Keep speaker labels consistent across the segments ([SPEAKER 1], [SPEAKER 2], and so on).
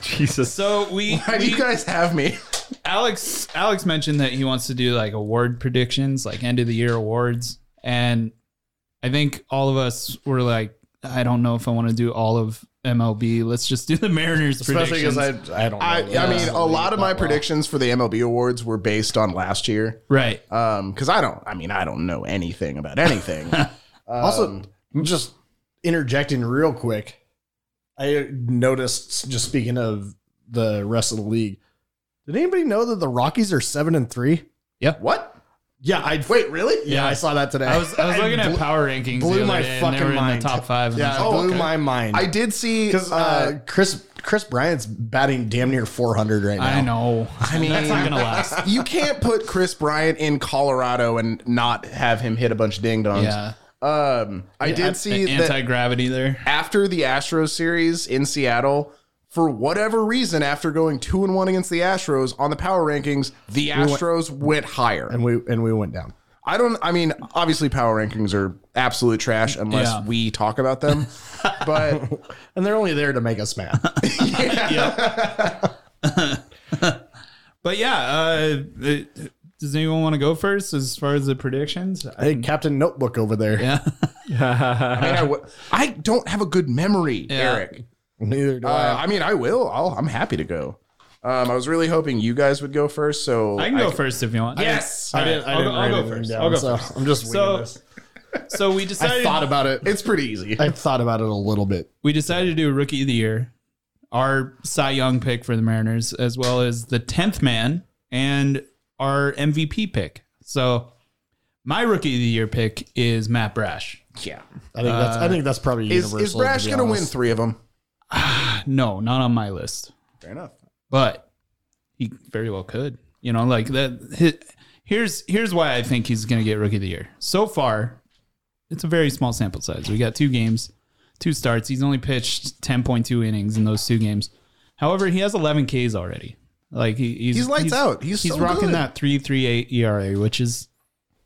[SPEAKER 1] Jesus.
[SPEAKER 2] Um, So we,
[SPEAKER 3] Why do
[SPEAKER 2] we
[SPEAKER 3] you guys have me?
[SPEAKER 2] Alex Alex mentioned that he wants to do like award predictions, like end of the year awards, and I think all of us were like, I don't know if I want to do all of MLB. Let's just do the Mariners
[SPEAKER 1] Especially
[SPEAKER 2] predictions,
[SPEAKER 1] because I, I don't know.
[SPEAKER 3] I, I mean, a lot of my
[SPEAKER 1] Well.
[SPEAKER 3] predictions for the MLB awards were based on last year.
[SPEAKER 2] right?
[SPEAKER 3] Um, because I don't, I mean, I don't know anything about anything. Um,
[SPEAKER 1] also, Um, just interjecting real quick, I noticed just speaking of the rest of the league. Did anybody know that the Rockies are seven and three?
[SPEAKER 3] what?
[SPEAKER 1] Yeah, I
[SPEAKER 3] Wait, really?
[SPEAKER 1] Yeah, I saw that today.
[SPEAKER 2] I was I was looking
[SPEAKER 1] blew-
[SPEAKER 2] at power rankings.
[SPEAKER 1] blew
[SPEAKER 2] the other
[SPEAKER 1] my
[SPEAKER 2] day,
[SPEAKER 1] fucking
[SPEAKER 2] and they were
[SPEAKER 1] mind.
[SPEAKER 2] in the top five. and Oh,
[SPEAKER 1] Yeah,
[SPEAKER 2] I was
[SPEAKER 1] it
[SPEAKER 2] like,
[SPEAKER 1] blew
[SPEAKER 3] okay.
[SPEAKER 1] my mind.
[SPEAKER 3] I did see.
[SPEAKER 1] because uh,
[SPEAKER 3] uh,
[SPEAKER 1] Chris Chris Bryant's batting damn near 400 right now.
[SPEAKER 2] I know. I mean, that's not gonna
[SPEAKER 1] uh,
[SPEAKER 2] last.
[SPEAKER 3] you can't put Chris Bryant in Colorado and not have him hit a bunch of ding dongs.
[SPEAKER 2] Yeah,
[SPEAKER 3] Um, I did see that
[SPEAKER 2] anti gravity there.
[SPEAKER 3] after the Astros series in Seattle, for whatever reason, after going two and one against the Astros on the power rankings, the Astros went higher.
[SPEAKER 1] and we and we went down.
[SPEAKER 3] I don't. I mean, obviously, power rankings are absolute trash unless
[SPEAKER 2] Yeah.
[SPEAKER 3] we talk about them. but
[SPEAKER 1] And they're only there to make us mad.
[SPEAKER 2] But yeah, uh, it- does anyone want to go first as far as the predictions?
[SPEAKER 1] hey, Captain Notebook over there.
[SPEAKER 2] Yeah.
[SPEAKER 3] I mean, I, w- I don't have a good memory, Eric.
[SPEAKER 1] Neither do
[SPEAKER 3] Uh,
[SPEAKER 1] I.
[SPEAKER 3] I mean, I will. I'll, I'm happy to go. Um, I was really hoping you guys would go first, so
[SPEAKER 2] I can go first if you want.
[SPEAKER 3] Yes,
[SPEAKER 2] I didn't. I didn't. I'll, go first. I'll go
[SPEAKER 1] so
[SPEAKER 2] first.
[SPEAKER 1] I'm just
[SPEAKER 2] So-
[SPEAKER 1] winging this.
[SPEAKER 2] So we
[SPEAKER 1] I
[SPEAKER 2] decided.
[SPEAKER 1] thought about it.
[SPEAKER 3] it's pretty easy.
[SPEAKER 1] I thought about it a little bit.
[SPEAKER 2] we decided to do rookie of the year, our Cy Young pick for the Mariners, as well as the tenth man and our MVP pick. So my rookie of the year pick is Matt Brash.
[SPEAKER 3] yeah,
[SPEAKER 1] I think that's. I think that's probably
[SPEAKER 3] is,
[SPEAKER 1] universal.
[SPEAKER 3] is Brash
[SPEAKER 1] to be
[SPEAKER 3] gonna win
[SPEAKER 1] honest.
[SPEAKER 3] three of them?
[SPEAKER 2] No, not on my list,
[SPEAKER 3] Fair enough.
[SPEAKER 2] but he very well could. You know, like that. hi- here's here's why I think he's going to get rookie of the year. So far, it's a very small sample size. We got two games, two starts. He's only pitched 10.2 innings in those two games. However, he has 11 Ks already. Like he, he's
[SPEAKER 3] He's lights out. He's so
[SPEAKER 2] rocking
[SPEAKER 3] good.
[SPEAKER 2] that 3.38 ERA, E which is
[SPEAKER 3] It's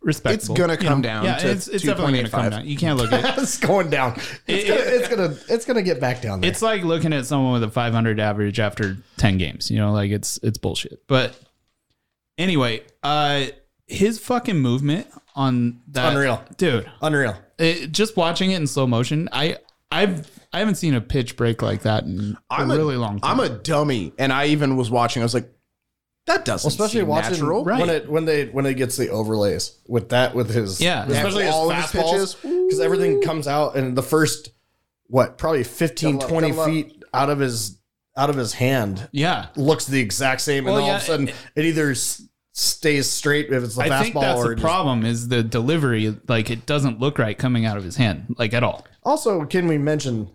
[SPEAKER 2] respectable.
[SPEAKER 3] gonna come down
[SPEAKER 2] yeah,
[SPEAKER 3] to
[SPEAKER 2] it's, it's definitely going to come
[SPEAKER 3] 2.85.
[SPEAKER 2] down. You can't look at it.
[SPEAKER 1] it's going down. It's, gonna, it's gonna. It's gonna get back down there.
[SPEAKER 2] It's like looking at someone with a 500 average after 10 games. You know, like it's it's bullshit. But anyway, uh, his fucking movement on that
[SPEAKER 1] Unreal.
[SPEAKER 2] dude.
[SPEAKER 1] Unreal.
[SPEAKER 2] It, just watching it in slow motion, I I've I haven't seen a pitch break like that in
[SPEAKER 3] I'm
[SPEAKER 2] a really long time.
[SPEAKER 3] I'm a dummy, and I even was watching. I was like, that doesn't
[SPEAKER 1] Especially
[SPEAKER 3] seem
[SPEAKER 1] watching
[SPEAKER 3] natural.
[SPEAKER 1] when it when they when it gets the overlays with that with his
[SPEAKER 2] Yeah.
[SPEAKER 1] especially
[SPEAKER 3] All of
[SPEAKER 1] his
[SPEAKER 3] his
[SPEAKER 1] fastballs
[SPEAKER 3] pitches.
[SPEAKER 1] because everything comes out and the first what probably 15
[SPEAKER 3] Double up,
[SPEAKER 1] 20
[SPEAKER 3] double up.
[SPEAKER 1] feet out of his out of his hand
[SPEAKER 2] yeah.
[SPEAKER 1] looks the exact same
[SPEAKER 2] Well,
[SPEAKER 1] and all
[SPEAKER 2] yeah,
[SPEAKER 1] of a sudden it, either s- stays straight if it's the
[SPEAKER 2] I
[SPEAKER 1] fastball
[SPEAKER 2] think that's
[SPEAKER 1] or
[SPEAKER 2] the
[SPEAKER 1] just-
[SPEAKER 2] problem is the delivery. Like it doesn't look right coming out of his hand, like at all.
[SPEAKER 1] also can we mention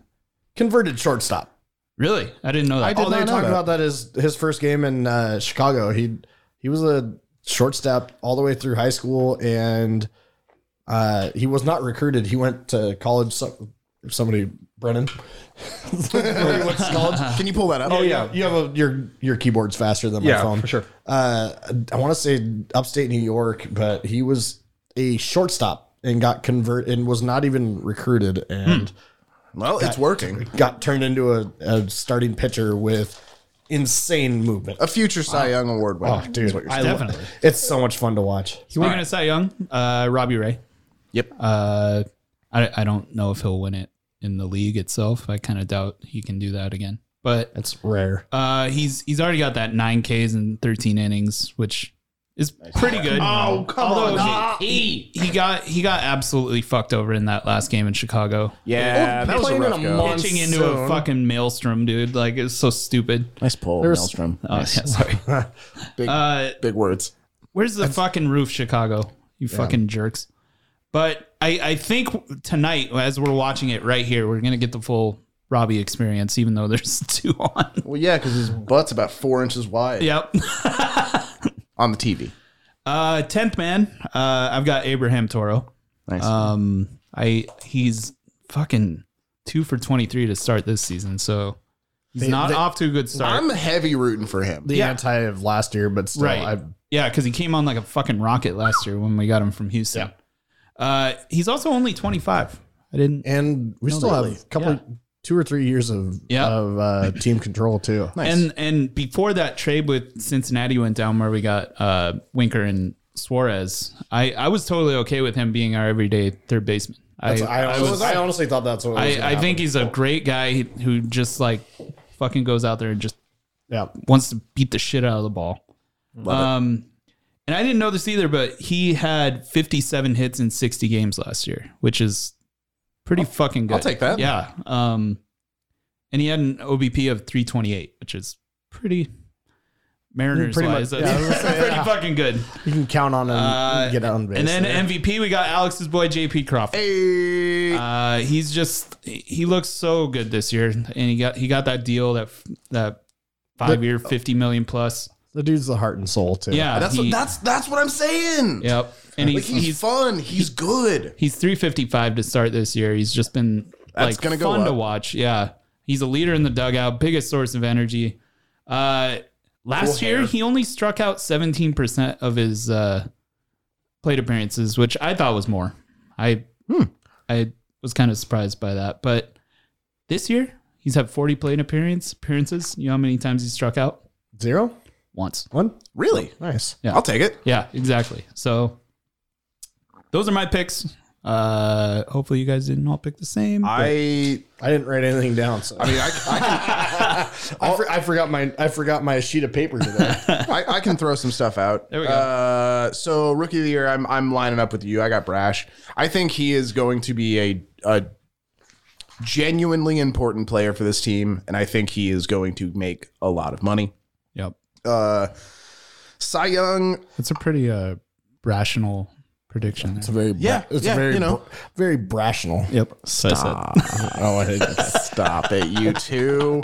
[SPEAKER 1] converted shortstop
[SPEAKER 2] Really, I didn't know that.
[SPEAKER 1] I did
[SPEAKER 3] All they
[SPEAKER 1] not
[SPEAKER 3] talk
[SPEAKER 1] talk Oh, about that is his first game in uh, Chicago. He he was a shortstop all the way through high school, and uh, he was not recruited. He went to college. So, somebody, Brennan. he went to college.
[SPEAKER 3] Can you pull that up?
[SPEAKER 1] Oh yeah, you have a, your your keyboard's faster than my phone.
[SPEAKER 4] sure.
[SPEAKER 1] Uh, I want to say upstate New York, but he was a shortstop and got convert and was not even recruited and
[SPEAKER 3] Well, it's working.
[SPEAKER 1] got turned into a, a starting pitcher with insane movement.
[SPEAKER 3] A future Cy Young Award winner.
[SPEAKER 1] Oh, dude, I love-
[SPEAKER 2] Definitely.
[SPEAKER 1] it's so much fun to watch.
[SPEAKER 2] Speaking of Cy Young, uh, Robbie Ray.
[SPEAKER 3] Yep.
[SPEAKER 2] Uh, I, I don't know if he'll win it in the league itself. I kind of doubt he can do that again. But
[SPEAKER 1] It's rare.
[SPEAKER 2] uh, he's he's already got that nine Ks and thirteen innings, which is pretty good. Oh come on! He, he got he got absolutely fucked over in that last game in Chicago,
[SPEAKER 3] yeah,
[SPEAKER 1] Oh,
[SPEAKER 3] that was a
[SPEAKER 1] playing in
[SPEAKER 3] rough
[SPEAKER 1] a
[SPEAKER 3] go.
[SPEAKER 1] mon-
[SPEAKER 2] pitching into a
[SPEAKER 1] Monsoon.
[SPEAKER 2] fucking maelstrom, dude. Like it's so stupid.
[SPEAKER 3] Nice pull,
[SPEAKER 1] There's-
[SPEAKER 3] Maelstrom.
[SPEAKER 2] Oh yeah, sorry.
[SPEAKER 3] Big,
[SPEAKER 2] Uh,
[SPEAKER 3] big words.
[SPEAKER 2] Where's the fucking roof, Chicago? You fucking jerks. But I, I think tonight, as we're watching it right here, we're gonna get the full Robbie experience, even though there's two on.
[SPEAKER 3] Well, yeah, because his butt's about four inches wide
[SPEAKER 2] Yep.
[SPEAKER 3] on the TV.
[SPEAKER 2] Uh, tenth man. Uh, I've got Abraham Toro.
[SPEAKER 3] Nice.
[SPEAKER 2] Um, I he's fucking two for twenty three to start this season, so he's not
[SPEAKER 1] they-
[SPEAKER 2] off to a good start.
[SPEAKER 3] I'm heavy rooting for him.
[SPEAKER 1] The
[SPEAKER 2] Yeah.
[SPEAKER 1] anti of last year, but still,
[SPEAKER 2] Right.
[SPEAKER 1] I,
[SPEAKER 2] yeah, because he came on like a fucking rocket last year when we got him from Houston. Uh, he's also only twenty five. I didn't.
[SPEAKER 1] and we still have a couple,
[SPEAKER 2] Yeah.
[SPEAKER 1] two or three years of
[SPEAKER 2] Yeah.
[SPEAKER 1] of uh, team control too. Nice.
[SPEAKER 2] And and before that trade with Cincinnati went down, where we got uh, Winker and Suarez, I, I was totally okay with him being our everyday third baseman. I,
[SPEAKER 1] I,
[SPEAKER 2] I
[SPEAKER 1] honestly-
[SPEAKER 2] was
[SPEAKER 1] I honestly thought that's what was gonna
[SPEAKER 2] I, I
[SPEAKER 1] happen.
[SPEAKER 2] think he's a great guy who just like fucking goes out there and just
[SPEAKER 1] Yeah,
[SPEAKER 2] wants to beat the shit out of the ball. um, and I didn't know this either, but he had 57 hits in 60 games last year, which is pretty fucking good.
[SPEAKER 3] Oh, I'll take that.
[SPEAKER 2] Yeah. Um, and he had an OBP of 328, which is pretty Mariners
[SPEAKER 1] Pretty
[SPEAKER 2] wise.
[SPEAKER 1] much-
[SPEAKER 2] that's
[SPEAKER 1] yeah, I was gonna say,
[SPEAKER 2] pretty
[SPEAKER 1] yeah.
[SPEAKER 2] fucking good.
[SPEAKER 1] you can count on him
[SPEAKER 2] Uh,
[SPEAKER 1] get on base.
[SPEAKER 2] and then
[SPEAKER 1] there.
[SPEAKER 2] MVP, we got Alex's boy JP Crawford.
[SPEAKER 3] Hey,
[SPEAKER 2] Uh, he's just he looks so good this year, and he got he got that deal that that five year fifty million plus.
[SPEAKER 1] the dude's the heart and soul too.
[SPEAKER 2] Yeah,
[SPEAKER 3] that's
[SPEAKER 2] he-
[SPEAKER 3] what, that's that's what I'm saying.
[SPEAKER 2] yep. And
[SPEAKER 3] Like
[SPEAKER 2] he's
[SPEAKER 3] he's,
[SPEAKER 2] he's
[SPEAKER 3] fun. He's good.
[SPEAKER 2] he's three fifty five to start this year. He's just been
[SPEAKER 3] That's
[SPEAKER 2] like
[SPEAKER 3] gonna go
[SPEAKER 2] fun to
[SPEAKER 3] up.
[SPEAKER 2] watch. Yeah, he's a leader in the dugout, biggest source of energy. Uh, last
[SPEAKER 3] Cool
[SPEAKER 2] year
[SPEAKER 3] hair.
[SPEAKER 2] he only struck out seventeen percent of his uh, plate appearances, which I thought was more. I
[SPEAKER 3] Hmm.
[SPEAKER 2] I was kind of surprised by that, but this year he's had forty plate appearance appearances. You know how many times he struck out?
[SPEAKER 1] Zero?
[SPEAKER 2] Once.
[SPEAKER 1] One?
[SPEAKER 3] Really?
[SPEAKER 1] Nice.
[SPEAKER 2] Yeah.
[SPEAKER 3] I'll take it.
[SPEAKER 2] Yeah, exactly. So those are my picks. Uh, hopefully you guys didn't all pick the same. but-
[SPEAKER 3] I
[SPEAKER 1] I didn't write anything down, so
[SPEAKER 3] I mean I, I can
[SPEAKER 1] I, for, I forgot my I forgot my sheet of paper today.
[SPEAKER 3] I, I can throw some stuff out. There
[SPEAKER 2] we go.
[SPEAKER 3] Uh, so rookie of the year, I'm I'm lining up with you. I got Brash. I think he is going to be a a genuinely important player for this team, and I think he is going to make a lot of money.
[SPEAKER 2] yep.
[SPEAKER 3] Uh, Cy Young,
[SPEAKER 2] That's a pretty uh rational prediction.
[SPEAKER 1] It's a very bra-
[SPEAKER 3] Yeah,
[SPEAKER 1] it's
[SPEAKER 3] yeah,
[SPEAKER 1] a very
[SPEAKER 3] you know.
[SPEAKER 1] br- very brational.
[SPEAKER 2] Yep.
[SPEAKER 1] oh, I hate that.
[SPEAKER 3] stop it, you two.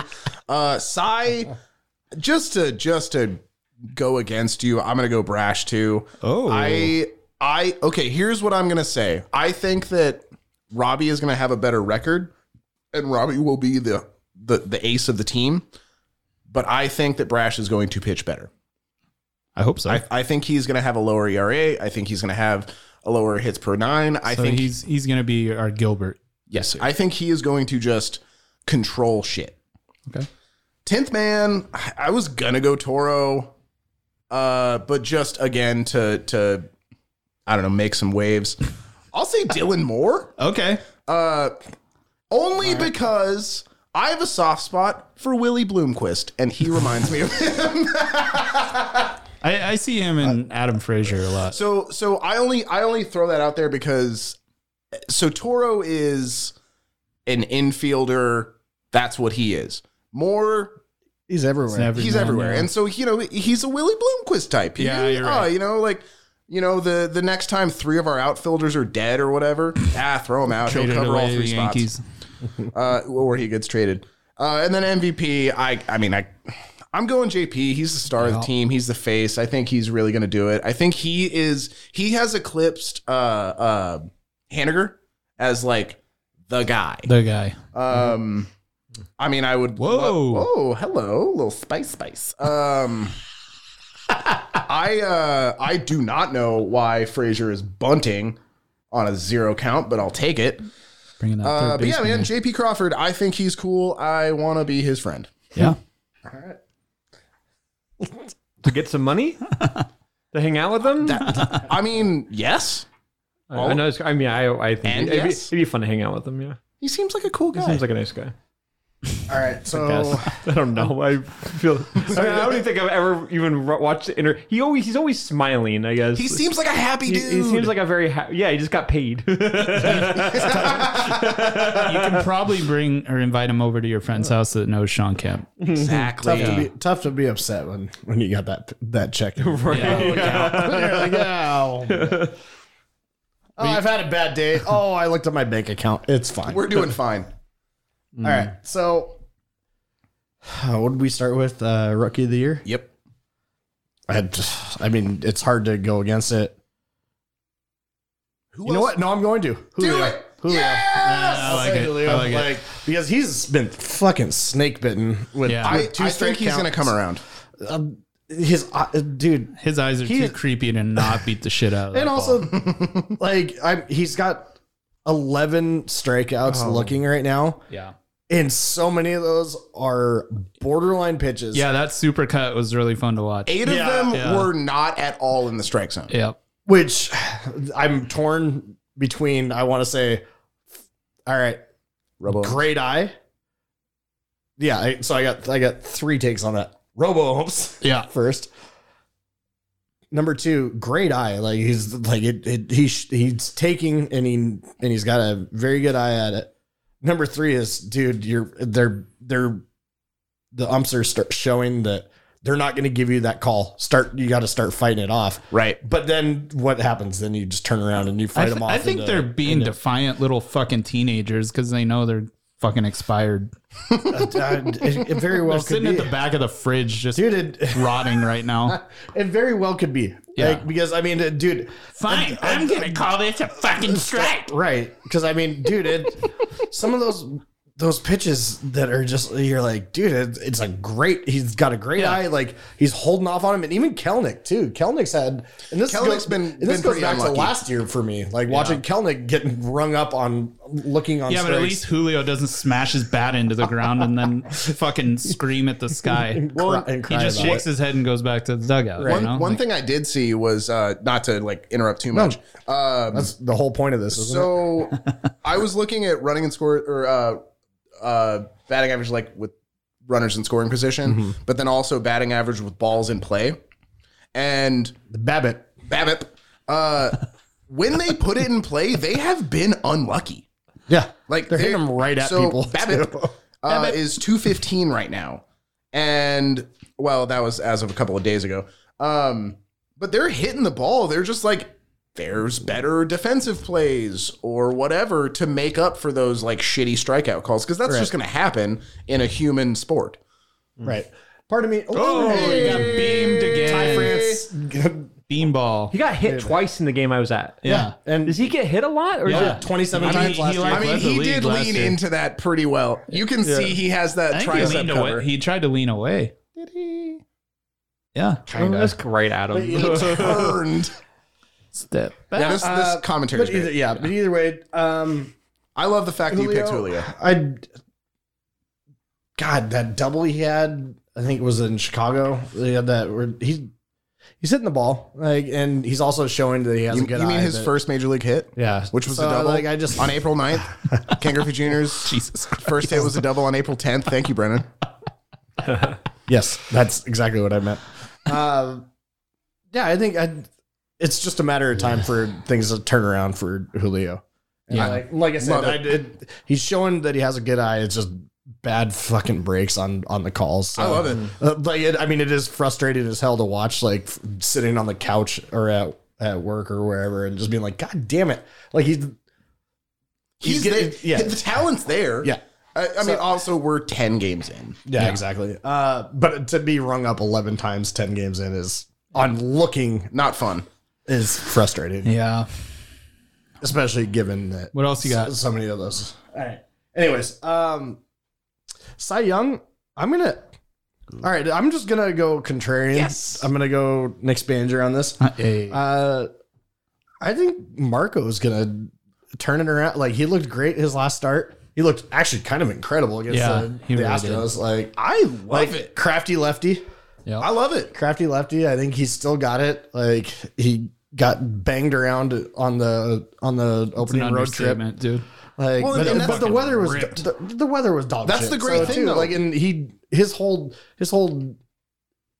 [SPEAKER 3] Uh, Cy, just to just to go against you, I'm gonna go Brash too.
[SPEAKER 2] Oh,
[SPEAKER 3] I I okay, here's what I'm gonna say. I think that Robbie is gonna have a better record and Robbie will be the the, the ace of the team. But I think that Brash is going to pitch better.
[SPEAKER 2] I hope so.
[SPEAKER 3] I, I think he's gonna have a lower ERA. I think he's gonna have a lower hits per nine. I
[SPEAKER 2] so
[SPEAKER 3] think
[SPEAKER 2] he's he's gonna be our Gilbert.
[SPEAKER 3] yes, I think he is going to just control shit.
[SPEAKER 2] Okay.
[SPEAKER 3] Tenth man, I- I was gonna go Toro, uh, but just again to to I don't know, make some waves. I'll say Dylan Moore,
[SPEAKER 2] Okay.
[SPEAKER 3] uh, only because I have a soft spot for Willie Bloomquist, and he reminds me of him.
[SPEAKER 2] I, I see him and
[SPEAKER 3] Uh,
[SPEAKER 2] Adam Frazier a lot.
[SPEAKER 3] So so I only I only throw that out there because so Toro is an infielder. That's what he is. Moore
[SPEAKER 1] He's everywhere.
[SPEAKER 2] It's never-
[SPEAKER 3] he's
[SPEAKER 2] man,
[SPEAKER 3] everywhere.
[SPEAKER 2] yeah.
[SPEAKER 3] And so, you know, he's a Willie Bloomquist type. He
[SPEAKER 2] Yeah,
[SPEAKER 3] really-
[SPEAKER 2] you're right.
[SPEAKER 3] oh, you know, like, you know, the the next time three of our outfielders are dead or whatever, ah, throw him out. He'll
[SPEAKER 2] Traded
[SPEAKER 3] cover all
[SPEAKER 2] away
[SPEAKER 3] three
[SPEAKER 2] the
[SPEAKER 3] spots. Uh, or he gets traded. Uh, and then MVP, I I mean, I I'm going JP. He's the star of the team. He's the face. I think he's really gonna do it. I think he is he has eclipsed uh uh Haniger as like the guy.
[SPEAKER 2] The guy.
[SPEAKER 3] Um, I mean, I would.
[SPEAKER 2] Whoa.
[SPEAKER 3] whoa, hello, little spice, spice. Um, I uh, I do not know why Frazier is bunting on a zero count, but I'll take it.
[SPEAKER 2] Bringing that
[SPEAKER 3] Uh,
[SPEAKER 2] third
[SPEAKER 3] but yeah,
[SPEAKER 2] baseman
[SPEAKER 3] man,
[SPEAKER 2] in.
[SPEAKER 3] JP Crawford. I think he's cool. I want to be his friend.
[SPEAKER 2] Yeah.
[SPEAKER 4] to get some money to hang out with them.
[SPEAKER 3] I mean, yes,
[SPEAKER 4] I, I know. It's, I mean, I, I think
[SPEAKER 3] And
[SPEAKER 4] it'd, be,
[SPEAKER 3] yes.
[SPEAKER 4] it'd be fun to hang out with them. Yeah,
[SPEAKER 3] he seems like a cool
[SPEAKER 4] he
[SPEAKER 3] guy.
[SPEAKER 4] seems like a nice guy.
[SPEAKER 1] All right, so
[SPEAKER 4] Yes. I don't know. I feel. I, mean, I don't even think I've ever even ro- watched the inter. He always he's always smiling. I guess
[SPEAKER 3] he seems like a happy
[SPEAKER 4] He,
[SPEAKER 3] dude.
[SPEAKER 4] he seems like a very ha- yeah. He just got paid.
[SPEAKER 2] You can probably bring or invite him over to your friend's house that knows Sean Kemp.
[SPEAKER 3] exactly.
[SPEAKER 1] tough, to be, tough to be upset when when you got that that check.
[SPEAKER 4] Right.
[SPEAKER 1] You're like, oh, man. Oh, I've had a bad day. Oh, I looked at my bank account. It's fine.
[SPEAKER 3] We're doing fine.
[SPEAKER 1] All right, so uh, what did we start with? Uh, rookie of the year.
[SPEAKER 3] Yep.
[SPEAKER 1] I, had, I mean, it's hard to go against it.
[SPEAKER 3] Who
[SPEAKER 1] You know
[SPEAKER 3] else?
[SPEAKER 1] what? No, I'm going to. Julio.
[SPEAKER 3] it.
[SPEAKER 1] Julio.
[SPEAKER 3] Yes!
[SPEAKER 2] I like it. I like it.
[SPEAKER 1] because he's been fucking snake bitten with
[SPEAKER 2] Yeah.
[SPEAKER 3] I,
[SPEAKER 1] with two
[SPEAKER 3] I
[SPEAKER 1] straight
[SPEAKER 3] think he's gonna
[SPEAKER 1] counts.
[SPEAKER 3] come around.
[SPEAKER 1] Um, his uh, dude,
[SPEAKER 2] His eyes are
[SPEAKER 1] He's-
[SPEAKER 2] too creepy to not beat the shit out of that
[SPEAKER 1] and
[SPEAKER 2] ball.
[SPEAKER 1] also like I'm, he's got 11 strikeouts looking right now
[SPEAKER 2] yeah.
[SPEAKER 1] And so many of those are borderline pitches.
[SPEAKER 2] Yeah, that super cut was really fun to watch.
[SPEAKER 3] Eight of
[SPEAKER 1] Yeah,
[SPEAKER 3] them
[SPEAKER 2] yeah.
[SPEAKER 3] were not at all in the strike zone.
[SPEAKER 2] Yep.
[SPEAKER 1] Which I'm torn between, I want to say, all right,
[SPEAKER 3] Robo.
[SPEAKER 1] great eye. Yeah, I, so I got I got three takes on that. Robo Holmes
[SPEAKER 2] Yeah.
[SPEAKER 1] first. Number two, great eye. Like he's like it. it he sh- he's taking and he and he's got a very good eye at it. Number three is, dude, you're they're they're the umps are start showing that they're not going to give you that call. Start you got to start fighting it off.
[SPEAKER 3] Right.
[SPEAKER 1] But then what happens? Then you just turn around and you
[SPEAKER 2] I,
[SPEAKER 1] fight
[SPEAKER 2] th-
[SPEAKER 1] them off.
[SPEAKER 2] I think
[SPEAKER 1] into-
[SPEAKER 2] they're being
[SPEAKER 1] into-
[SPEAKER 2] defiant little fucking teenagers because they know they're fucking expired.
[SPEAKER 1] Uh, it, it very
[SPEAKER 2] They're
[SPEAKER 1] well could
[SPEAKER 2] sitting
[SPEAKER 1] be.
[SPEAKER 2] at the back of the fridge just
[SPEAKER 1] dude, it,
[SPEAKER 2] rotting right now.
[SPEAKER 1] It very well could be.
[SPEAKER 2] Yeah.
[SPEAKER 1] Like, because I mean, uh, dude,
[SPEAKER 2] Fine, I'm gonna call this a fucking strike.
[SPEAKER 1] right. Because I mean, dude, it, some of those those pitches that are just you're like, dude, it, it's a great. He's got a great
[SPEAKER 2] Yeah.
[SPEAKER 1] eye. Like he's holding off on him, and even Kelnick too. Kelnick's had, and this
[SPEAKER 3] Kelnick's
[SPEAKER 1] goes,
[SPEAKER 3] been-
[SPEAKER 1] and this
[SPEAKER 3] been
[SPEAKER 1] goes
[SPEAKER 3] pretty
[SPEAKER 1] back
[SPEAKER 3] unlucky.
[SPEAKER 1] to last year for me. Like watching Kelnick getting rung up on looking on.
[SPEAKER 2] Yeah, but at
[SPEAKER 1] strikes.
[SPEAKER 2] least Julio doesn't smash his bat into the ground and then fucking scream at the sky.
[SPEAKER 1] And cry- and
[SPEAKER 2] He
[SPEAKER 1] cry
[SPEAKER 2] just
[SPEAKER 1] about
[SPEAKER 2] shakes
[SPEAKER 1] it.
[SPEAKER 2] his head and goes back to the dugout. you
[SPEAKER 3] One,
[SPEAKER 2] know?
[SPEAKER 3] one
[SPEAKER 2] Like,
[SPEAKER 3] thing I did see was uh, not to like interrupt too much. Um,
[SPEAKER 1] That's the whole point of this. Isn't it?
[SPEAKER 3] so I was looking at running and score or uh, uh, batting average like with runners in scoring position,
[SPEAKER 1] Mm-hmm.
[SPEAKER 3] but then also batting average with balls in play. And
[SPEAKER 1] the Babbitt.
[SPEAKER 3] Babbitt, uh, when they put it in play, they have been unlucky.
[SPEAKER 1] Yeah,
[SPEAKER 3] Like
[SPEAKER 1] They're hitting 'em right at
[SPEAKER 3] so
[SPEAKER 1] people,
[SPEAKER 3] Babbitt,
[SPEAKER 1] too.
[SPEAKER 3] uh, is two fifteen right now, and well, that was as of a couple of days ago. Um, but they're hitting the ball. They're just like there's better defensive plays or whatever to make up for those like shitty strikeout calls because that's just going to happen in a human sport.
[SPEAKER 1] right. Pardon me.
[SPEAKER 2] oh, he got beamed again.
[SPEAKER 1] Ty France.
[SPEAKER 2] Beanball.
[SPEAKER 4] He got hit twice in the game I was at.
[SPEAKER 2] yeah.
[SPEAKER 1] and
[SPEAKER 4] Does he get hit a lot? Or
[SPEAKER 2] Yeah.
[SPEAKER 4] is it,
[SPEAKER 1] 27
[SPEAKER 2] I mean,
[SPEAKER 1] times
[SPEAKER 2] he-
[SPEAKER 1] last
[SPEAKER 2] he
[SPEAKER 1] year.
[SPEAKER 2] like-
[SPEAKER 3] I mean,
[SPEAKER 2] led the
[SPEAKER 3] he
[SPEAKER 2] league
[SPEAKER 3] did
[SPEAKER 2] last
[SPEAKER 3] lean
[SPEAKER 2] year.
[SPEAKER 3] into that pretty well. You can see he has that
[SPEAKER 2] I think he
[SPEAKER 3] tricep
[SPEAKER 2] leaned
[SPEAKER 3] cover.
[SPEAKER 2] away. He tried to lean away.
[SPEAKER 3] did he?
[SPEAKER 2] Yeah.
[SPEAKER 4] Oh, that's right at him.
[SPEAKER 3] Turned.
[SPEAKER 2] Step
[SPEAKER 3] Yeah, this, this
[SPEAKER 1] Uh,
[SPEAKER 3] commentary is
[SPEAKER 1] But
[SPEAKER 3] great.
[SPEAKER 1] either, yeah, but either way, um,
[SPEAKER 3] I love the fact that you picked Julio.
[SPEAKER 1] I, God, that double he had, I think it was in Chicago. They had that where he, he's hitting the ball, like, and he's also showing that he has
[SPEAKER 3] You,
[SPEAKER 1] a good.
[SPEAKER 3] you mean
[SPEAKER 1] eye,
[SPEAKER 3] his
[SPEAKER 1] but-
[SPEAKER 3] first major league hit?
[SPEAKER 1] yeah,
[SPEAKER 3] Which was
[SPEAKER 1] So,
[SPEAKER 3] a double
[SPEAKER 1] Like I just,
[SPEAKER 3] on April 9th. Ken Griffey Jr.'s
[SPEAKER 2] Jesus Christ.
[SPEAKER 3] first hit was a double on April 10th. Thank you, Brennan.
[SPEAKER 1] yes, that's exactly what I meant. Uh, yeah, I think I, it's just a matter of time for things to turn around for Julio. And
[SPEAKER 2] Yeah.
[SPEAKER 1] like, like I said,
[SPEAKER 3] Love
[SPEAKER 1] I did, he's showing that he has a good eye. It's just bad fucking breaks on on the calls. so.
[SPEAKER 3] I love it.
[SPEAKER 1] Uh, like it, I mean, it is frustrating as hell to watch, like f- sitting on the couch or at, at work or wherever, and just being like, "God damn it!" Like he's
[SPEAKER 3] He's,
[SPEAKER 1] He's getting-
[SPEAKER 3] there.
[SPEAKER 1] yeah.
[SPEAKER 3] The talent's there.
[SPEAKER 1] yeah,
[SPEAKER 3] I, I mean, also, we're 10 games in.
[SPEAKER 1] yeah, exactly. Uh, but to be rung up eleven times, ten games in is on looking
[SPEAKER 3] Not fun.
[SPEAKER 1] is frustrating,
[SPEAKER 2] Yeah.
[SPEAKER 1] especially given that
[SPEAKER 2] What else you got?
[SPEAKER 1] so, so many of those. All right. Anyways, um, Cy Young, I'm gonna. All right, I'm just gonna go contrarian.
[SPEAKER 3] Yes.
[SPEAKER 1] I'm gonna go Nick Spanger on this. Uh, I think Marco's gonna turn it around. Like he looked great his last start. He looked actually kind of incredible against
[SPEAKER 2] Yeah,
[SPEAKER 1] the,
[SPEAKER 2] he
[SPEAKER 1] the
[SPEAKER 2] really did.
[SPEAKER 1] Astros. Like
[SPEAKER 3] I love
[SPEAKER 1] like
[SPEAKER 3] it.
[SPEAKER 1] crafty lefty,
[SPEAKER 3] I love it.
[SPEAKER 1] crafty lefty. I think he's still got it. Like he got banged around on the on the
[SPEAKER 2] It's an
[SPEAKER 1] opening road trip.
[SPEAKER 2] understatement, dude.
[SPEAKER 1] Like,
[SPEAKER 3] Well,
[SPEAKER 1] but,
[SPEAKER 3] and
[SPEAKER 1] but
[SPEAKER 3] that's-
[SPEAKER 1] the weather was
[SPEAKER 2] ripped.
[SPEAKER 1] the, the weather was dog.
[SPEAKER 3] That's
[SPEAKER 1] shit.
[SPEAKER 3] the great thing, though.
[SPEAKER 1] Like, and he his whole his whole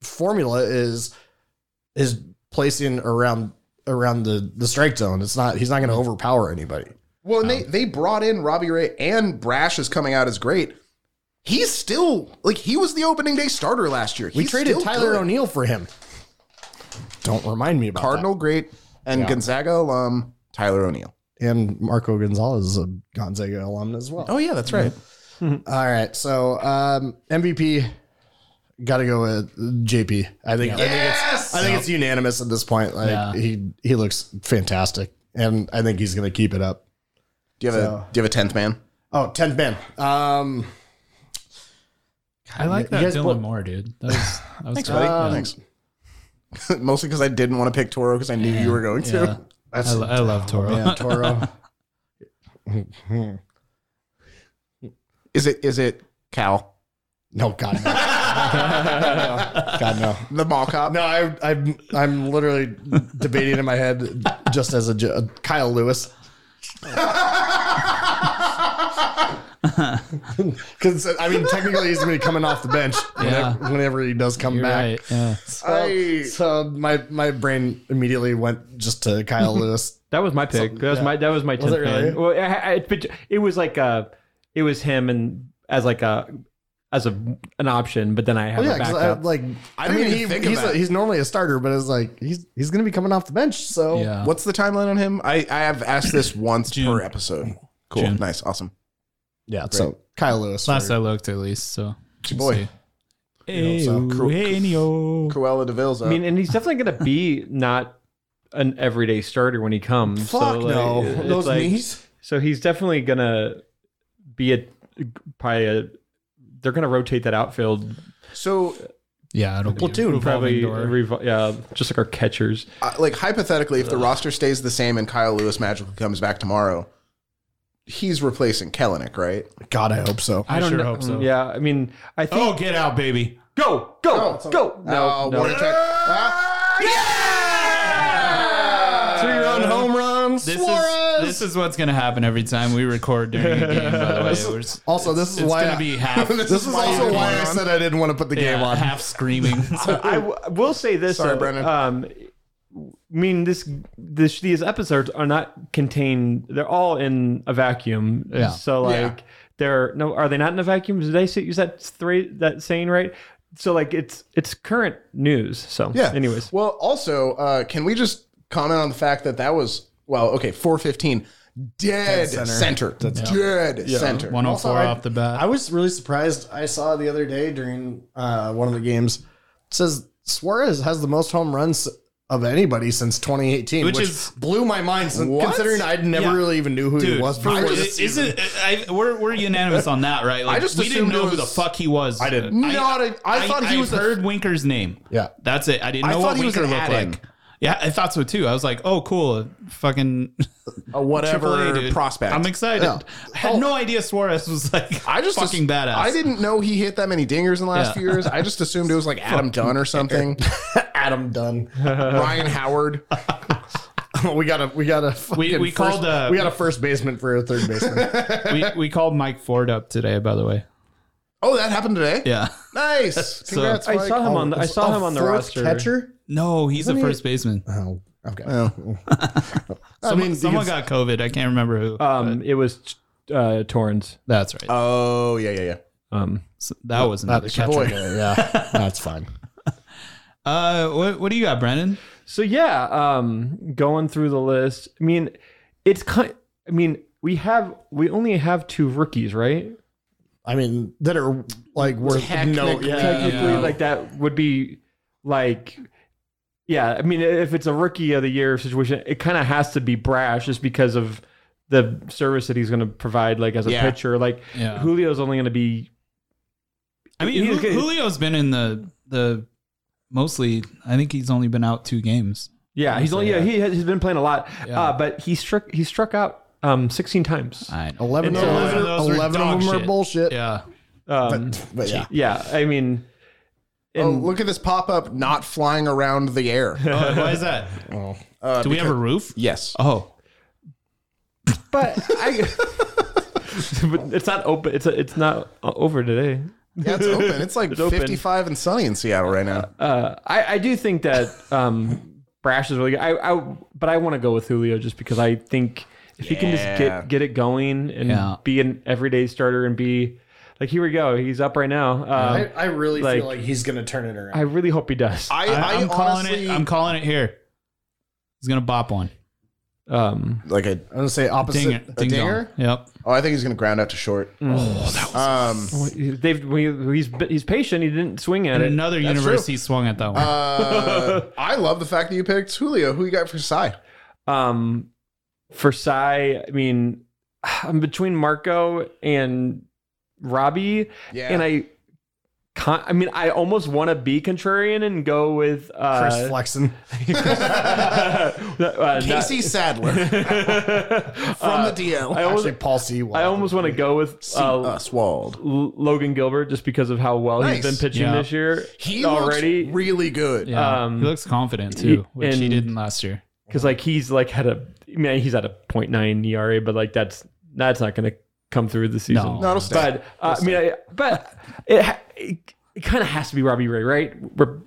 [SPEAKER 1] formula is is placing around around the the strike zone. It's not he's not going to overpower anybody.
[SPEAKER 3] Well, and they, they brought in Robbie Ray and Brash is coming out as great. He's still, like, he was the opening day starter last year.
[SPEAKER 1] We
[SPEAKER 3] He's
[SPEAKER 1] traded
[SPEAKER 3] still
[SPEAKER 1] Tyler
[SPEAKER 3] good.
[SPEAKER 1] O'Neill for him. Don't remind me about
[SPEAKER 3] Cardinal great and Gonzaga alum Tyler O'Neill.
[SPEAKER 1] that. and Marco Gonzalez is a Gonzaga alum as well.
[SPEAKER 3] Oh, yeah, that's right.
[SPEAKER 1] All right, so um, MVP got to go with JP. I think. I think it's-
[SPEAKER 3] Yes.
[SPEAKER 1] I think it's unanimous at this point. Like
[SPEAKER 2] Yeah.
[SPEAKER 1] he he looks fantastic, and I think he's gonna keep it up.
[SPEAKER 3] Do you have a Do you have a tenth man?
[SPEAKER 1] Oh, 10th man. Um,
[SPEAKER 2] I like that
[SPEAKER 1] guys
[SPEAKER 2] Dylan
[SPEAKER 1] both-
[SPEAKER 2] Moore, dude. That was, that was
[SPEAKER 1] buddy.
[SPEAKER 2] Yeah.
[SPEAKER 1] Um,
[SPEAKER 3] Uh, Thanks. Mostly because I didn't want to pick Toro because I knew you were going to.
[SPEAKER 2] Yeah. I, lo- I love Toro.
[SPEAKER 1] man, Toro.
[SPEAKER 3] Is it is it Cal?
[SPEAKER 1] No, God, no. God, no.
[SPEAKER 3] The mall cop?
[SPEAKER 1] No, I, I'm I'm literally debating in my head just as a jo- Kyle Lewis. Because I mean, technically, he's going to be coming off the bench whenever, whenever he does come
[SPEAKER 2] You're
[SPEAKER 1] back.
[SPEAKER 2] right. Yeah.
[SPEAKER 1] So,
[SPEAKER 3] I-
[SPEAKER 1] so my my brain immediately went just to Kyle Lewis.
[SPEAKER 4] That was my pick. That was my that was my
[SPEAKER 1] Was
[SPEAKER 4] tenth
[SPEAKER 1] it really?
[SPEAKER 4] man. Well, I, I, it, but it was like uh it was him and as like a as a an option, but then I have
[SPEAKER 1] Oh, Yeah,
[SPEAKER 4] a
[SPEAKER 1] 'cause I,
[SPEAKER 4] backup.
[SPEAKER 1] like I,
[SPEAKER 3] didn't
[SPEAKER 1] mean,
[SPEAKER 3] even
[SPEAKER 1] he,
[SPEAKER 3] think
[SPEAKER 1] he's
[SPEAKER 3] about
[SPEAKER 1] a,
[SPEAKER 3] it.
[SPEAKER 1] he's normally a starter, but it's like he's he's going to be coming off the bench. So
[SPEAKER 2] Yeah.
[SPEAKER 3] What's the timeline on him? I, I have asked this once
[SPEAKER 2] June.
[SPEAKER 3] per episode. Cool.
[SPEAKER 2] June.
[SPEAKER 3] Nice. Awesome.
[SPEAKER 1] yeah, so Kyle Lewis.
[SPEAKER 2] Last I looked, at least. So,
[SPEAKER 3] your boy.
[SPEAKER 2] Hey,
[SPEAKER 3] so- Cru-
[SPEAKER 2] Hey,
[SPEAKER 3] Cruella DeVille's up.
[SPEAKER 4] I mean, and he's definitely gonna be not an everyday starter when he comes.
[SPEAKER 1] Fuck
[SPEAKER 4] so, like,
[SPEAKER 1] no,
[SPEAKER 4] it's
[SPEAKER 1] those
[SPEAKER 4] like-
[SPEAKER 1] knees.
[SPEAKER 4] So he's definitely gonna be a probably a. They're gonna rotate that outfield
[SPEAKER 3] so
[SPEAKER 2] yeah, it'll be
[SPEAKER 1] Platoon,
[SPEAKER 2] a revolving
[SPEAKER 4] probably.
[SPEAKER 2] door.
[SPEAKER 4] Revo- yeah, just like our catchers.
[SPEAKER 3] uh, like hypothetically, if the roster stays the same and Kyle Lewis magically comes back tomorrow, he's replacing Kellenick, right?
[SPEAKER 1] God, I hope so.
[SPEAKER 2] I, sure hope so.
[SPEAKER 4] Yeah, I mean, I think.
[SPEAKER 2] Oh, get out, baby.
[SPEAKER 1] Oh.
[SPEAKER 4] Go, go, go! No,
[SPEAKER 3] Uh,
[SPEAKER 4] no.
[SPEAKER 3] Water check. Ah,
[SPEAKER 1] Three run home runs.
[SPEAKER 2] This is, this is what's going to happen every time we record during a game, by the way. We're s-
[SPEAKER 1] also, this is
[SPEAKER 2] it's
[SPEAKER 1] why
[SPEAKER 2] going to
[SPEAKER 1] I-
[SPEAKER 2] be half,
[SPEAKER 1] This, is, also why I said I didn't want to put the game
[SPEAKER 2] yeah,
[SPEAKER 1] on.
[SPEAKER 2] half screaming.
[SPEAKER 4] I w- will say this.
[SPEAKER 3] Sorry,
[SPEAKER 4] though,
[SPEAKER 3] Brennan.
[SPEAKER 4] Um, I mean, this, this these episodes are not contained. They're all in a vacuum.
[SPEAKER 2] Yeah.
[SPEAKER 4] So like,
[SPEAKER 3] Yeah.
[SPEAKER 4] they're no. Are they not in a vacuum? Did I say, use that three that saying right? So like, it's it's current news. So
[SPEAKER 3] Yeah.
[SPEAKER 4] Anyways,
[SPEAKER 3] Well, also, uh, can we just comment on the fact that that was well, okay, four fifteen, dead,
[SPEAKER 1] center.
[SPEAKER 3] center, dead center.
[SPEAKER 2] 104
[SPEAKER 1] I-
[SPEAKER 2] off the bat.
[SPEAKER 1] I was really surprised. I saw the other day during uh, one of the games. It says Suarez has the most home runs of anybody since 2018, which,
[SPEAKER 2] Which is-
[SPEAKER 1] blew my mind. Since,
[SPEAKER 3] What?
[SPEAKER 1] considering I never
[SPEAKER 2] Yeah.
[SPEAKER 1] really even knew who he
[SPEAKER 2] Dude,
[SPEAKER 1] was
[SPEAKER 2] for-
[SPEAKER 1] before
[SPEAKER 2] is-
[SPEAKER 1] this
[SPEAKER 2] is
[SPEAKER 1] season.
[SPEAKER 2] it- I- we're, we're unanimous on that, right? Like,
[SPEAKER 3] I just
[SPEAKER 2] we didn't
[SPEAKER 3] assumed
[SPEAKER 2] know
[SPEAKER 3] it
[SPEAKER 2] who the
[SPEAKER 3] was-
[SPEAKER 2] fuck he was. I
[SPEAKER 1] didn't.
[SPEAKER 3] Not a- I thought he
[SPEAKER 2] I
[SPEAKER 3] was a-
[SPEAKER 2] heard Winker's name.
[SPEAKER 1] Yeah.
[SPEAKER 2] that's it. I didn't
[SPEAKER 3] I
[SPEAKER 2] know what
[SPEAKER 3] thought he was
[SPEAKER 2] Winker
[SPEAKER 3] an
[SPEAKER 2] looked
[SPEAKER 3] add-in.
[SPEAKER 2] like. Yeah, I thought so too. I was like, oh, cool, fucking
[SPEAKER 3] A whatever
[SPEAKER 2] AAA, dude.
[SPEAKER 3] prospect.
[SPEAKER 2] I'm excited.
[SPEAKER 1] Yeah.
[SPEAKER 2] I had no idea Suarez was like.
[SPEAKER 3] I just
[SPEAKER 2] fucking badass.
[SPEAKER 3] I didn't know he hit that many dingers in the last
[SPEAKER 2] Yeah.
[SPEAKER 3] few years. I just assumed it was like Adam Dunn or something.
[SPEAKER 1] Adam Dunn.
[SPEAKER 3] Ryan Howard.
[SPEAKER 1] we got a we got a fucking
[SPEAKER 2] we
[SPEAKER 1] first-
[SPEAKER 2] called, uh,
[SPEAKER 1] we got a first baseman for a third baseman.
[SPEAKER 2] We, we called Mike Ford up today, by the way.
[SPEAKER 3] Oh, that happened today.
[SPEAKER 2] Yeah. uh,
[SPEAKER 3] Nice. Congrats.
[SPEAKER 4] I
[SPEAKER 3] Mike.
[SPEAKER 4] saw him on. The, I saw him on the
[SPEAKER 1] Fourth
[SPEAKER 4] roster.
[SPEAKER 1] catcher.
[SPEAKER 2] No, he's a first baseman.
[SPEAKER 1] Oh, okay.
[SPEAKER 2] Someone,
[SPEAKER 1] mean, you
[SPEAKER 2] someone
[SPEAKER 1] can-
[SPEAKER 2] got COVID. I can't remember who.
[SPEAKER 4] Um, it was uh, Torrens.
[SPEAKER 2] That's right.
[SPEAKER 3] Oh yeah, yeah, yeah.
[SPEAKER 4] Um,
[SPEAKER 2] So that was another
[SPEAKER 1] That's your
[SPEAKER 2] catcher.
[SPEAKER 1] boy. Yeah, that's fine.
[SPEAKER 2] Uh, what, what do you got, Brennan?
[SPEAKER 4] So yeah, um, going through the list. I mean, it's kind. I mean, we have we only have two rookies, right?
[SPEAKER 1] I mean, that are like worth no.
[SPEAKER 3] Technically.
[SPEAKER 1] Yeah,
[SPEAKER 4] Technically,
[SPEAKER 2] Yeah.
[SPEAKER 4] like that would be like, yeah. I mean, if it's a rookie of the year situation, it kind of has to be brash, just because of the service that he's going to provide, like as a
[SPEAKER 3] Yeah.
[SPEAKER 4] pitcher. Like
[SPEAKER 2] Yeah.
[SPEAKER 4] Julio's only going to be
[SPEAKER 2] I mean,
[SPEAKER 4] He's
[SPEAKER 2] Ju-
[SPEAKER 4] good.
[SPEAKER 2] Julio's been in the the mostly. I think he's only been out two games.
[SPEAKER 4] yeah. He's only yeah. He has, he's been playing a lot,
[SPEAKER 2] Yeah. Uh,
[SPEAKER 4] uh, but he struck he struck out um 16 times.
[SPEAKER 2] I know.
[SPEAKER 1] eleven.
[SPEAKER 2] And
[SPEAKER 1] of them,
[SPEAKER 2] eleven of those
[SPEAKER 1] are-
[SPEAKER 2] were
[SPEAKER 1] eleven
[SPEAKER 2] dog
[SPEAKER 1] of them are
[SPEAKER 2] shit.
[SPEAKER 1] bullshit.
[SPEAKER 2] Yeah,
[SPEAKER 4] Um,
[SPEAKER 1] But, but yeah,
[SPEAKER 4] yeah, I mean.
[SPEAKER 3] Oh, look at this pop up not flying around the air.
[SPEAKER 2] Oh, why is that? Oh.
[SPEAKER 3] Uh,
[SPEAKER 2] Do we have a roof?
[SPEAKER 3] Yes.
[SPEAKER 2] Oh,
[SPEAKER 4] But I, but it's not open. It's it's not over today.
[SPEAKER 3] Yeah, it's open. It's like
[SPEAKER 4] It's open.
[SPEAKER 3] 55 and sunny in Seattle right now.
[SPEAKER 4] Uh, I I do think that um, Brash is really good. I, I but I want to go with Julio just because I think if he can just
[SPEAKER 3] Yeah.
[SPEAKER 4] get get it going and
[SPEAKER 2] Yeah.
[SPEAKER 4] be an everyday starter and be like here we go, he's up right now. Um,
[SPEAKER 1] I, I really
[SPEAKER 4] Like-
[SPEAKER 1] feel like he's gonna turn it around.
[SPEAKER 4] I really hope he does.
[SPEAKER 2] I,
[SPEAKER 3] I, I,
[SPEAKER 2] am calling
[SPEAKER 3] honestly,
[SPEAKER 2] it. I'm calling it here. He's gonna bop one.
[SPEAKER 4] Um,
[SPEAKER 3] like a,
[SPEAKER 1] I'm gonna say opposite.
[SPEAKER 2] Ding it. Ding dong.
[SPEAKER 3] dinger?
[SPEAKER 2] Yep.
[SPEAKER 3] oh, I think he's going to ground out to short.
[SPEAKER 2] Oh.
[SPEAKER 3] um,
[SPEAKER 4] mm. they've we, he's he's patient. He didn't swing
[SPEAKER 2] In
[SPEAKER 4] at it.
[SPEAKER 2] another universe, he swung at that one.
[SPEAKER 3] uh, I love the fact that you picked Julio. Who you got for Cy?
[SPEAKER 4] Um, for Sai, I mean, I'm between Marco and Robbie.
[SPEAKER 3] Yeah.
[SPEAKER 4] and I con- I mean, I almost want to be contrarian and go with uh,
[SPEAKER 1] Chris Flexen.
[SPEAKER 4] uh, not- Uh,
[SPEAKER 3] Casey Sadler from the DL.
[SPEAKER 4] I almost,
[SPEAKER 1] Actually, Paul Sewell.
[SPEAKER 4] I almost want to go with uh,
[SPEAKER 3] Oswald.
[SPEAKER 4] L- Logan Gilbert just because of how well
[SPEAKER 3] Nice.
[SPEAKER 4] he's been pitching
[SPEAKER 2] Yeah.
[SPEAKER 4] this year.
[SPEAKER 3] He
[SPEAKER 4] already
[SPEAKER 3] looks really good.
[SPEAKER 2] Yeah,
[SPEAKER 4] Um,
[SPEAKER 2] he looks confident too, which he
[SPEAKER 4] and-
[SPEAKER 2] didn't last year.
[SPEAKER 4] because like he's like had a I mean he's at a 0.9 ERA, but like that's that's not going to come through the season.
[SPEAKER 2] No.
[SPEAKER 3] No, it'll stay.
[SPEAKER 4] But uh, I mean, I, but it, ha- it, it kind of has to be Robbie Ray, right? We're,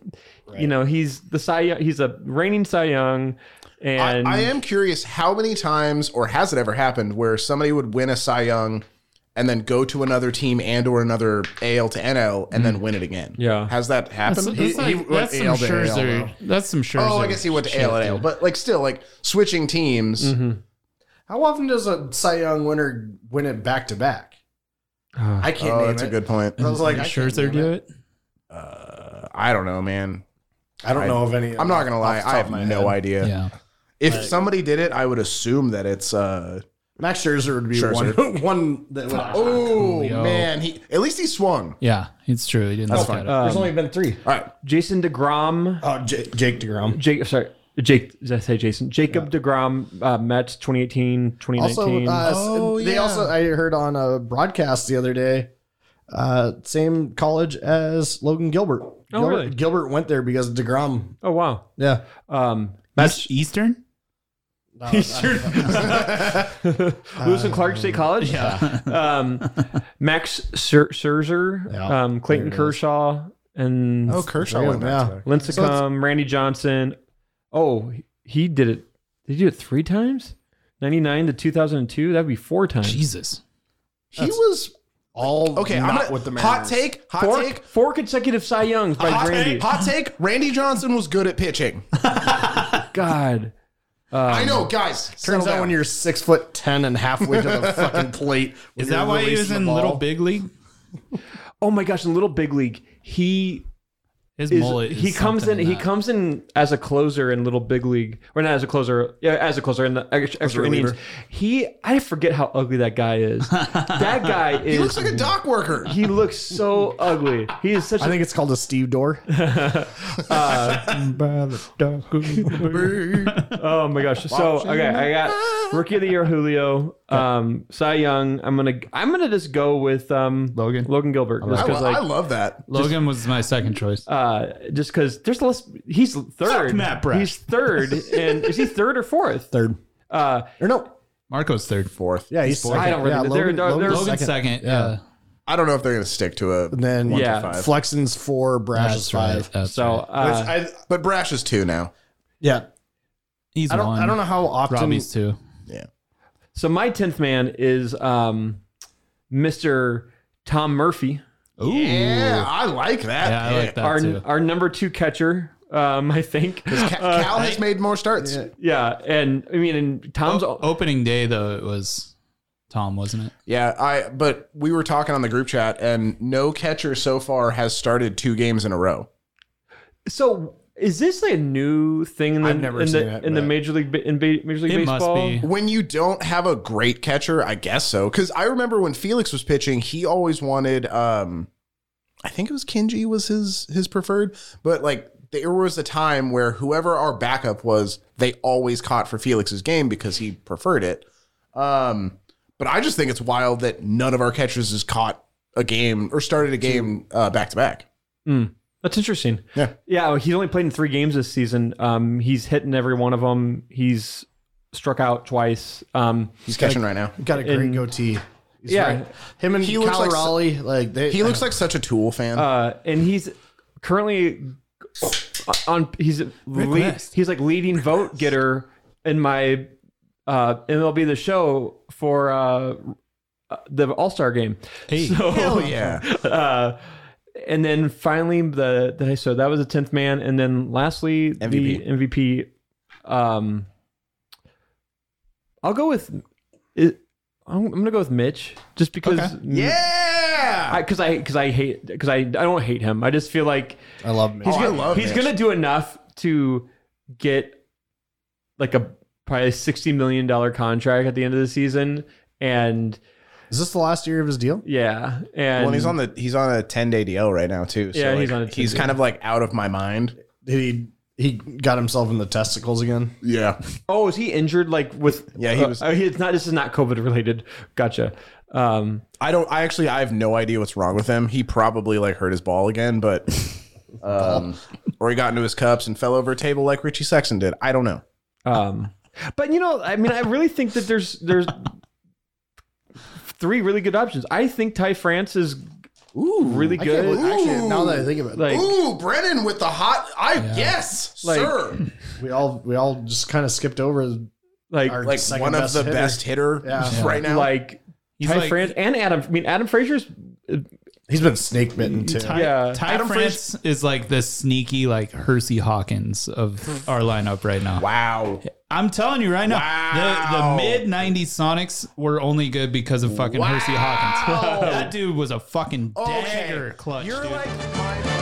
[SPEAKER 4] You know, he's the Cy Young, he's a reigning Cy Young,
[SPEAKER 3] I,
[SPEAKER 4] and
[SPEAKER 3] I am curious how many times or has it ever happened where somebody would win a Cy Young and then go to another team and or another AL to NL and
[SPEAKER 2] Mm.
[SPEAKER 3] then win it again.
[SPEAKER 1] Uh,
[SPEAKER 4] Yeah.
[SPEAKER 3] Has that
[SPEAKER 2] That's, that's,
[SPEAKER 3] happened? He-
[SPEAKER 2] like,
[SPEAKER 3] he went
[SPEAKER 2] that's some
[SPEAKER 3] AL to AL,
[SPEAKER 2] Scherzer.
[SPEAKER 3] though.
[SPEAKER 2] that's some Scherzer.
[SPEAKER 3] Oh, I guess he went to
[SPEAKER 2] shit,
[SPEAKER 3] AL and AL,
[SPEAKER 2] dude.
[SPEAKER 3] but like still like switching teams.
[SPEAKER 1] Mm-hmm.
[SPEAKER 4] Mm-hmm.
[SPEAKER 1] How often does a Cy Young winner win it back to back?
[SPEAKER 4] Uh,
[SPEAKER 1] I can't
[SPEAKER 3] Oh,
[SPEAKER 1] name
[SPEAKER 3] that's
[SPEAKER 1] it.
[SPEAKER 3] a good point.
[SPEAKER 1] I was like,
[SPEAKER 2] Did
[SPEAKER 1] I can't
[SPEAKER 2] Scherzer
[SPEAKER 1] name
[SPEAKER 2] do
[SPEAKER 1] it.
[SPEAKER 2] it?
[SPEAKER 3] I don't know, man.
[SPEAKER 1] I don't know of any.
[SPEAKER 3] I'm not gonna lie.
[SPEAKER 1] off the top
[SPEAKER 3] I have
[SPEAKER 1] of my
[SPEAKER 3] no
[SPEAKER 1] head.
[SPEAKER 3] idea.
[SPEAKER 2] Yeah.
[SPEAKER 3] If somebody did it, I would assume that it's uh
[SPEAKER 1] Max Scherzer would be
[SPEAKER 3] Scherzer.
[SPEAKER 1] one. one that would,
[SPEAKER 3] Oh
[SPEAKER 2] Coolio.
[SPEAKER 3] man, he at least he swung.
[SPEAKER 2] Yeah, it's true. He didn't look at it.
[SPEAKER 1] There's only been three.
[SPEAKER 3] All right.
[SPEAKER 4] Jason Degrom,
[SPEAKER 1] Oh, J- Jake Degrom.
[SPEAKER 4] Jake, uh, sorry. Jake, did I say Jason? Jacob DeGrom, uh, Mets 2018, 2019.
[SPEAKER 1] Also, uh,
[SPEAKER 3] Oh,
[SPEAKER 1] they
[SPEAKER 3] yeah.
[SPEAKER 1] also I heard on a broadcast the other day, uh, same college as Logan Gilbert. Oh, Gilbert,
[SPEAKER 4] really?
[SPEAKER 1] Gilbert went there because of Degrom.
[SPEAKER 4] oh, wow.
[SPEAKER 1] Yeah,
[SPEAKER 4] Um, Mets,
[SPEAKER 2] East- Eastern.
[SPEAKER 1] Oh,
[SPEAKER 4] Eastern. Lewis and Clark State College.
[SPEAKER 2] Yeah.
[SPEAKER 4] Um, Max Scher- Scherzer,
[SPEAKER 1] Yeah,
[SPEAKER 4] um, Clayton
[SPEAKER 1] there it is.
[SPEAKER 4] Kershaw, and
[SPEAKER 3] Oh,
[SPEAKER 4] oh,
[SPEAKER 3] Kershaw
[SPEAKER 1] Yeah.
[SPEAKER 3] went back to back.
[SPEAKER 4] Lincecum, Randy Johnson. Oh, he did it. Did he do it three times? 99 to 2002? That'd be four times.
[SPEAKER 2] Jesus.
[SPEAKER 1] he was all
[SPEAKER 3] Okay, I'm
[SPEAKER 1] not
[SPEAKER 3] gonna,
[SPEAKER 1] with the Mariners.
[SPEAKER 3] hot take. Hot
[SPEAKER 4] Four,
[SPEAKER 3] take.
[SPEAKER 4] four consecutive Cy Youngs by
[SPEAKER 3] Hot
[SPEAKER 4] Randy.
[SPEAKER 3] take, hot take. Randy Johnson was good at pitching.
[SPEAKER 4] God.
[SPEAKER 3] I know, guys.
[SPEAKER 1] Um, Turns out when you're six foot ten and halfway to the fucking plate, when
[SPEAKER 2] Is that
[SPEAKER 1] you're
[SPEAKER 2] why he was
[SPEAKER 1] releasing
[SPEAKER 2] in
[SPEAKER 1] the
[SPEAKER 2] Little
[SPEAKER 1] ball,
[SPEAKER 2] Big League?
[SPEAKER 4] Oh my gosh, in Little Big League, he
[SPEAKER 2] His
[SPEAKER 4] is,
[SPEAKER 2] mullet. is
[SPEAKER 4] he comes in
[SPEAKER 2] something
[SPEAKER 4] he
[SPEAKER 2] that-
[SPEAKER 4] comes in as a closer in little big league or not as a closer yeah as a closer in the extra, extra innings he i forget how ugly that guy is that guy is
[SPEAKER 3] he looks like a dock worker.
[SPEAKER 4] he looks so ugly he is such
[SPEAKER 1] I
[SPEAKER 4] a
[SPEAKER 1] think it's called a Steve Door.
[SPEAKER 4] oh my gosh so okay i got rookie of the year julio um cy young i'm gonna i'm gonna just go with um
[SPEAKER 2] Logan.
[SPEAKER 4] logan gilbert just
[SPEAKER 3] I,
[SPEAKER 4] because
[SPEAKER 3] lo- I
[SPEAKER 4] like
[SPEAKER 3] love that.
[SPEAKER 2] Logan was my second choice.
[SPEAKER 4] uh, just because there's less, he's third.
[SPEAKER 2] Matt Brash.
[SPEAKER 4] He's third, and is he third or fourth?
[SPEAKER 1] Third
[SPEAKER 4] Uh,
[SPEAKER 1] or no?
[SPEAKER 2] Marco's third.
[SPEAKER 3] Fourth.
[SPEAKER 1] Yeah, he's
[SPEAKER 4] I don't really
[SPEAKER 1] yeah,
[SPEAKER 4] know. They're- they're-
[SPEAKER 1] Logan's
[SPEAKER 4] they're-
[SPEAKER 2] Logan's second. Yeah.
[SPEAKER 3] I don't know if they're going to stick to a.
[SPEAKER 1] And then
[SPEAKER 4] Yeah.
[SPEAKER 3] to five.
[SPEAKER 1] Flexen's four, Brash is
[SPEAKER 2] That's right.
[SPEAKER 1] five.
[SPEAKER 2] That's
[SPEAKER 4] so
[SPEAKER 2] right.
[SPEAKER 4] uh,
[SPEAKER 1] Which I,
[SPEAKER 3] But Brash is two now.
[SPEAKER 1] yeah,
[SPEAKER 2] he's
[SPEAKER 1] I don't.
[SPEAKER 2] one.
[SPEAKER 1] I don't know how often.
[SPEAKER 2] Robbie's two.
[SPEAKER 4] So my tenth man is um, Mr. Tom Murphy,
[SPEAKER 2] Ooh.
[SPEAKER 3] Yeah, I like that.
[SPEAKER 2] Yeah, I
[SPEAKER 3] pick.
[SPEAKER 2] like that
[SPEAKER 4] our
[SPEAKER 2] too.
[SPEAKER 4] our number two catcher, um, I think.
[SPEAKER 3] Ca-
[SPEAKER 4] Uh,
[SPEAKER 3] Cal has made more starts. Yeah,
[SPEAKER 4] yeah, and I mean, and Tom's
[SPEAKER 2] O- opening day though it was Tom, wasn't it?
[SPEAKER 3] I. But we were talking on the group chat, and no catcher so far has started two games in a row.
[SPEAKER 4] so. Is this a new thing in the
[SPEAKER 1] I've never
[SPEAKER 4] in the,
[SPEAKER 1] seen it,
[SPEAKER 4] in the
[SPEAKER 1] but-
[SPEAKER 4] major league Ba- in ba- major league
[SPEAKER 2] It must
[SPEAKER 4] baseball?
[SPEAKER 2] be.
[SPEAKER 3] When you don't have a great catcher, I guess so. Because I remember when Felix was pitching, he always wanted. um I think it was Kinji was his his preferred, but like there was a time where whoever our backup was, they always caught for Felix's game because he preferred it. Um But I just think it's wild that none of our catchers has caught a game or started a game uh back to back.
[SPEAKER 4] That's interesting.
[SPEAKER 3] Yeah.
[SPEAKER 4] yeah. He's only played in three games this season. Um, he's hitting every one of them. He's struck out twice. Um,
[SPEAKER 3] He's catching right now.
[SPEAKER 1] Got a great
[SPEAKER 4] And-
[SPEAKER 1] goatee. He's
[SPEAKER 4] Yeah.
[SPEAKER 1] right. him and
[SPEAKER 3] He
[SPEAKER 1] Cal
[SPEAKER 3] looks like s-
[SPEAKER 1] Raleigh, like they.
[SPEAKER 3] He looks like such a Tool fan.
[SPEAKER 4] uh, and he's currently on. He's lead,
[SPEAKER 2] West.
[SPEAKER 4] he's like leading vote getter in my uh, MLB the show for uh, the All Star game.
[SPEAKER 2] Hey.
[SPEAKER 4] So,
[SPEAKER 3] Hell yeah!
[SPEAKER 4] Uh, and then finally the, the so that was the tenth man, and then lastly
[SPEAKER 3] MVP.
[SPEAKER 4] the MVP. Um, I'll go with. It, I'm I'm gonna go with Mitch just because
[SPEAKER 3] Yeah.
[SPEAKER 4] because I because I, hate because I I don't hate him. I just feel like
[SPEAKER 1] I love him.
[SPEAKER 4] he's
[SPEAKER 3] Oh, I
[SPEAKER 4] gonna
[SPEAKER 3] love
[SPEAKER 4] he's
[SPEAKER 3] Mitch.
[SPEAKER 4] gonna do enough to get like a probably a sixty million dollar contract at the end of the season, and
[SPEAKER 1] Is this the last year of his deal?
[SPEAKER 4] Yeah, and
[SPEAKER 3] Well, and he's on the he's on a 10 day DL right now too. So
[SPEAKER 4] Yeah,
[SPEAKER 3] like,
[SPEAKER 4] he's on a 10
[SPEAKER 3] he's
[SPEAKER 4] day.
[SPEAKER 3] kind of like out of my mind.
[SPEAKER 1] Did he he got himself in the testicles again?
[SPEAKER 3] Yeah,
[SPEAKER 4] Oh, is he injured? Like with?
[SPEAKER 3] Yeah, he was-
[SPEAKER 4] Uh, he- it's not. This is not COVID related. Gotcha. Um,
[SPEAKER 3] I don't. I actually I have no idea what's wrong with him. He probably like hurt his ball again, but um, or he got into his cups and fell over a table like Richie Sexton did. I don't know.
[SPEAKER 4] um, but you know, I mean, I really think that there's there's three really good options. I think Ty France is
[SPEAKER 3] Ooh,
[SPEAKER 4] really
[SPEAKER 1] I can't
[SPEAKER 4] good.
[SPEAKER 1] believe- actually, now that I think of it,
[SPEAKER 4] like
[SPEAKER 3] Ooh, Brennan with the hot. I yes,
[SPEAKER 4] Like-
[SPEAKER 3] sir.
[SPEAKER 1] we all we all just kind of skipped over.
[SPEAKER 4] like
[SPEAKER 1] Our
[SPEAKER 3] Like
[SPEAKER 1] second
[SPEAKER 3] one of
[SPEAKER 1] best
[SPEAKER 3] the
[SPEAKER 1] hitter.
[SPEAKER 3] best hitter
[SPEAKER 1] Yeah.
[SPEAKER 3] right now.
[SPEAKER 4] like
[SPEAKER 2] He's
[SPEAKER 4] Ty
[SPEAKER 2] like-
[SPEAKER 4] France and Adam. I mean, Adam Frazier's.
[SPEAKER 1] He's been snake bitten too.
[SPEAKER 2] Ty,
[SPEAKER 4] Yeah.
[SPEAKER 2] Ty
[SPEAKER 3] Adam
[SPEAKER 2] France is like the sneaky, like Hersey Hawkins of our lineup right now.
[SPEAKER 3] wow.
[SPEAKER 2] I'm telling you right now,
[SPEAKER 3] Wow.
[SPEAKER 2] the, the mid 90s Sonics were only good because of fucking Hersey Hawkins.
[SPEAKER 3] Wow.
[SPEAKER 2] that dude was a fucking
[SPEAKER 3] Okay.
[SPEAKER 2] dagger clutch.
[SPEAKER 3] You're
[SPEAKER 2] dude.
[SPEAKER 3] like. My-